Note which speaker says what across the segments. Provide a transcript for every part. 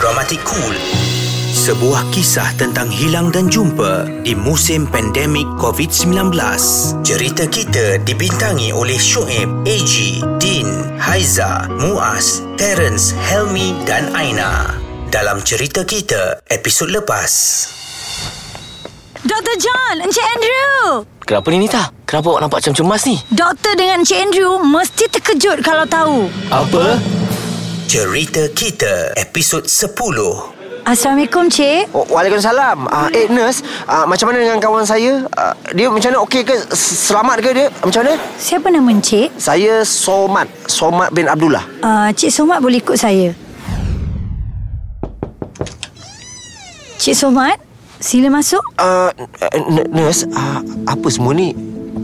Speaker 1: Dramatik Cool. Sebuah kisah tentang hilang dan jumpa di musim pandemik COVID-19. Cerita kita dibintangi oleh Shoaib, AG, Din, Haiza, Muaz, Terence, Helmi dan Aina. Dalam cerita kita, episod lepas.
Speaker 2: Dr. John, Encik Andrew.
Speaker 3: Kenapa ni Nita? Kenapa awak nampak macam cemas ni?
Speaker 2: Doktor dengan Encik Andrew mesti terkejut kalau tahu.
Speaker 3: Apa?
Speaker 1: Cerita kita, episod 10.
Speaker 2: Assalamualaikum, Cik.
Speaker 4: Oh, Waalaikumsalam. Ah, eh nurse, ah, macam mana dengan kawan saya? Ah, dia macam mana okey ke? S- Selamat ke dia? Macam mana?
Speaker 2: Siapa nama Encik?
Speaker 4: Saya Somat, Somat bin Abdullah.
Speaker 2: Uh, Cik Somat boleh ikut saya. Cik Somat, sila masuk.
Speaker 4: Ah, n- n- nurse, ah, apa semua ni?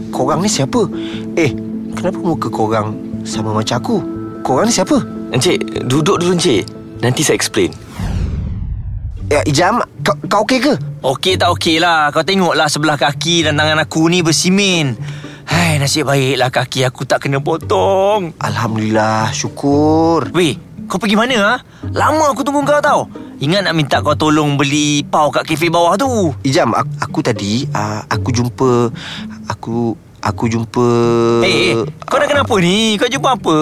Speaker 4: Korang ni siapa? Eh, kenapa muka korang sama macam aku? Korang ni siapa?
Speaker 3: Encik, duduk dulu Encik. Nanti saya explain.
Speaker 4: Ya, Ijam, kau, kau okey ke?
Speaker 5: Okey tak okey lah Kau tengoklah sebelah kaki dan tangan aku ni bersimin Hai nasib baiklah kaki aku tak kena potong
Speaker 4: Alhamdulillah, syukur.
Speaker 5: Weh kau pergi mana ha? Lama aku tunggu kau tau Ingat nak minta kau tolong beli pau kat kafe bawah tu
Speaker 4: Ijam, aku, aku tadi, ah, aku jumpa... Aku... Aku jumpa...
Speaker 5: Eh, hey, kau dah kenapa ni? Kau jumpa apa?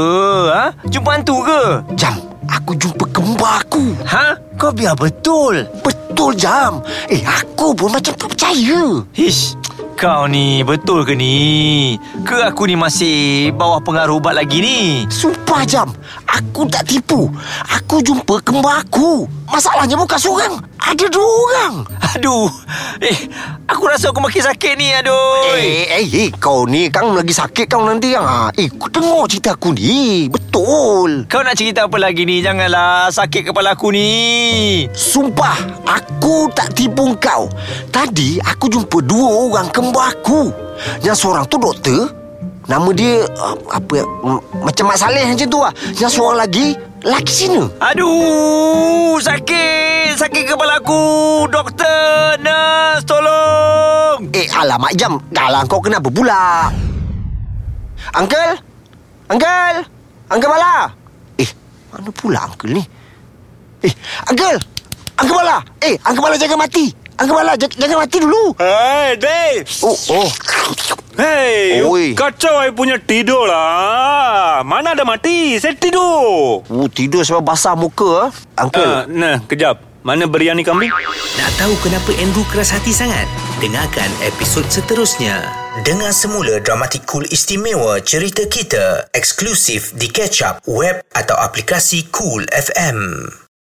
Speaker 5: Ha? Jumpa hantu ke?
Speaker 4: Jam, aku jumpa kembar aku.
Speaker 5: Ha? Kau biar betul
Speaker 4: Betul Jam Eh aku pun macam tak percaya
Speaker 5: Hish kau ni betul ke ni? Ke aku ni masih bawah pengaruh ubat lagi ni?
Speaker 4: Sumpah Jam Aku tak tipu Aku jumpa kembar aku Masalahnya bukan seorang Ada dua orang
Speaker 5: Aduh Eh Aku rasa aku makin sakit ni Aduh
Speaker 4: Eh, eh, eh, kau ni Kang lagi sakit kau nanti yang ha. Eh, kau tengok cerita aku ni Betul
Speaker 5: Kau nak cerita apa lagi ni Janganlah Sakit kepala aku ni
Speaker 4: Sumpah Aku tak tipu kau Tadi aku jumpa dua orang kembar aku Yang seorang tu doktor Nama dia ah, Apa m- Macam Mak Saleh macam tu lah Yang seorang lagi Laki Cina
Speaker 5: Aduh Sakit Sakit kepala aku Doktor Nurse Tolong
Speaker 4: Eh, alamak jam. Galang kau kenapa pula? Uncle? Uncle? Uncle Bala? Eh, mana pula Uncle ni? Eh, Uncle! Uncle Bala! Eh, Uncle Bala jangan mati! Uncle Bala, jangan, jangan mati dulu!
Speaker 6: Hai, Dave.
Speaker 4: Oh, oh.
Speaker 6: Hei,
Speaker 4: Oi.
Speaker 6: kacau saya punya tidur lah. Mana ada mati? Saya tidur.
Speaker 4: Oh, tidur sebab basah muka. ah.
Speaker 6: Uh,
Speaker 4: Uncle,
Speaker 6: nah, kejap. Mana biryani kambing?
Speaker 1: Nak tahu kenapa Andrew keras hati sangat? Dengarkan episod seterusnya. Dengar semula Dramatik Cool istimewa cerita kita eksklusif di Catch Up web atau aplikasi Cool FM.